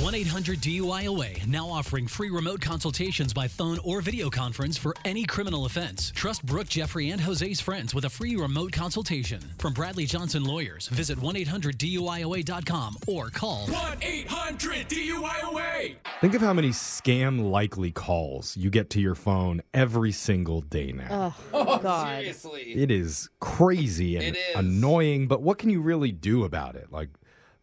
1 800 DUIOA now offering free remote consultations by phone or video conference for any criminal offense. Trust Brooke, Jeffrey, and Jose's friends with a free remote consultation. From Bradley Johnson Lawyers, visit 1 800 DUIOA.com or call 1 800 DUIOA. Think of how many scam likely calls you get to your phone every single day now. Oh, God. Seriously. It is crazy and It is. annoying, but what can you really do about it? Like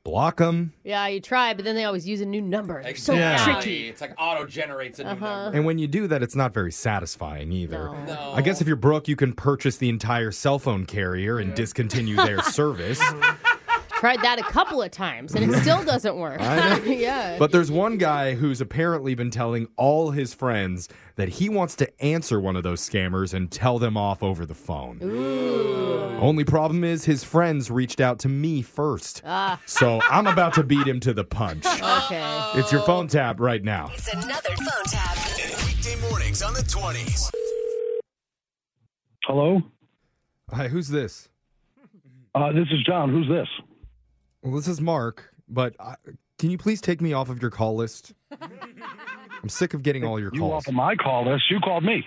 block them? Yeah, you try, but then they always use a new number. They're so Yeah. tricky. It's like auto generates a new number. And when you do that, it's not very satisfying either. No. No. I guess if you're Brooke, you can purchase the entire cell phone carrier and discontinue their service. Tried that a couple of times, and it still doesn't work. yeah. But there's one guy who's apparently been telling all his friends that he wants to answer one of those scammers and tell them off over the phone. Only problem is his friends reached out to me first. So I'm about to beat him to the punch. okay. It's your phone tap right now. It's another phone tap. Weekday mornings on the 20s. Hello? Hi, who's this? Uh, this is John. Who's this? Well, this is Mark, but uh, can you please take me off of your call list? I'm sick of getting all your You calls. off of my call list. You called me.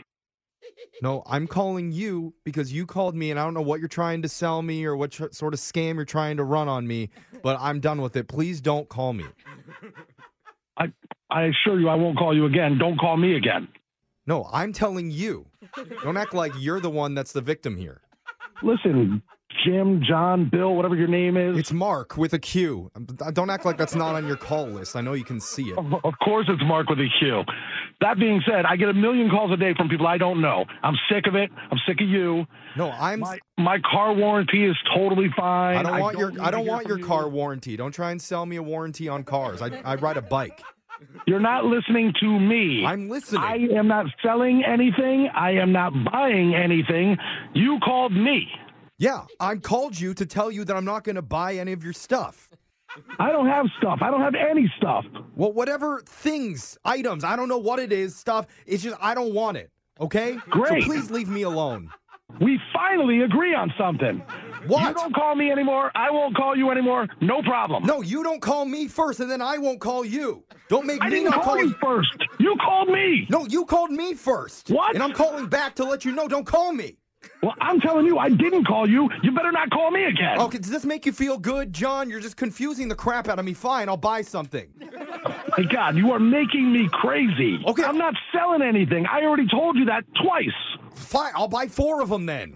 No, I'm calling you because you called me, and I don't know what you're trying to sell me or what tr- sort of scam you're trying to run on me, but I'm done with it. Please don't call me. I, I assure you I won't call you again. Don't call me again. No, I'm telling you. Don't act like you're the one that's the victim here. Listen, Jim, John, Bill, whatever your name is. It's Mark with a Q. Um, Don't act like that's not on your call list. I know you can see it. of of course it's Mark with a Q. That being said, I get a million calls a day from people I don't know. I'm sick of it. I'm sick of you. No, I'm. My, my car warranty is totally fine. I don't want your. need I to don't hear want from your you. car warranty. Don't try and sell me a warranty on cars. I, I ride a bike. You're not listening to me. I'm listening. I am not selling anything. I am not buying anything. You called me. yeah, I called you to tell you that I'm not going to buy any of your stuff. I don't have stuff. I don't have any stuff. Well, whatever things, items, I don't know what it is, stuff. It's just I don't want it. Okay? Great. So please leave me alone. We finally agree on something. What? You don't call me anymore. I won't call you anymore. No problem. no, you don't call me first and then I won't call you. Don't make I me didn't not call, you first. You called me. No, you called me first. What? And I'm calling back to let you know don't call me. Well, I'm telling you, I didn't call you. You better not call me again. Okay, does this make you feel good, John? You're just confusing the crap out of me. Fine, I'll buy something. My God, you are making me crazy. Okay. I'm not selling anything. I already told you that twice. Fine, I'll buy four of them then.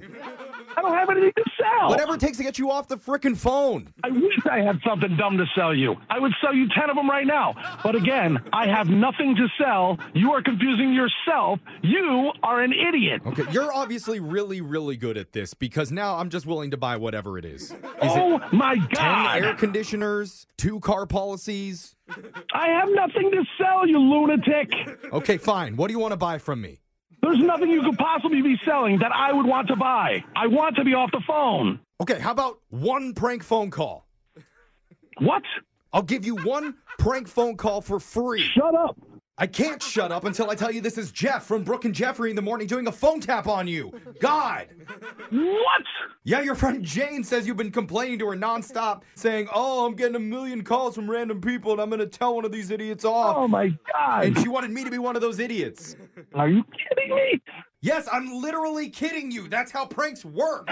I don't have anything to sell. Whatever it takes to get you off the frickin' phone. I wish I had something dumb to sell you. I would sell you 10 of them right now. But again, I have nothing to sell. You are confusing yourself. You are an idiot. Okay, you're obviously really, really good at this because now I'm just willing to buy whatever it is. Is it oh my 10 God. air conditioners, two car policies. I have nothing to sell, you lunatic. Okay, fine. What do you want to buy from me? There's nothing you could possibly be selling that I would want to buy. I want to be off the phone. Okay, how about one prank phone call? What? I'll give you one prank phone call for free. Shut up. I can't shut up until I tell you this is Jeff from Brooke and Jeffrey in the morning doing a phone tap on you. God. What? Yeah, your friend Jane says you've been complaining to her nonstop, saying, Oh, I'm getting a million calls from random people and I'm going to tell one of these idiots Oh off. my And God. she wanted me to be one of those idiots. Are you kidding me? Yes, I'm literally kidding you. That's how pranks work.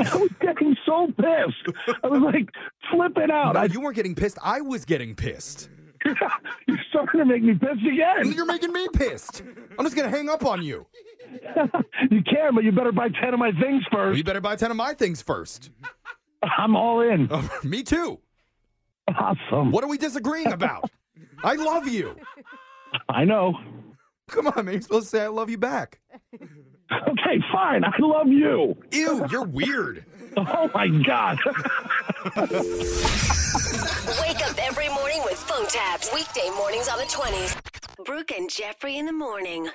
I was getting so pissed. I was like flipping out. No, I, you weren't getting pissed. I was getting pissed. you're starting to make me pissed again. You're making me pissed. I'm just gonna hang up on you. You can, but you better buy 10 of my things Well, first. you better buy ten of my things first. I'm all in. Oh, me too. Awesome. What are we disagreeing about? I love you. I know. Come on, man. You're supposed to say I love you back. Okay, fine. I love you. Ew, you're weird. Oh my God. Wake up every morning with phone taps. Weekday mornings on the 20s. Brooke and Jeffrey in the morning.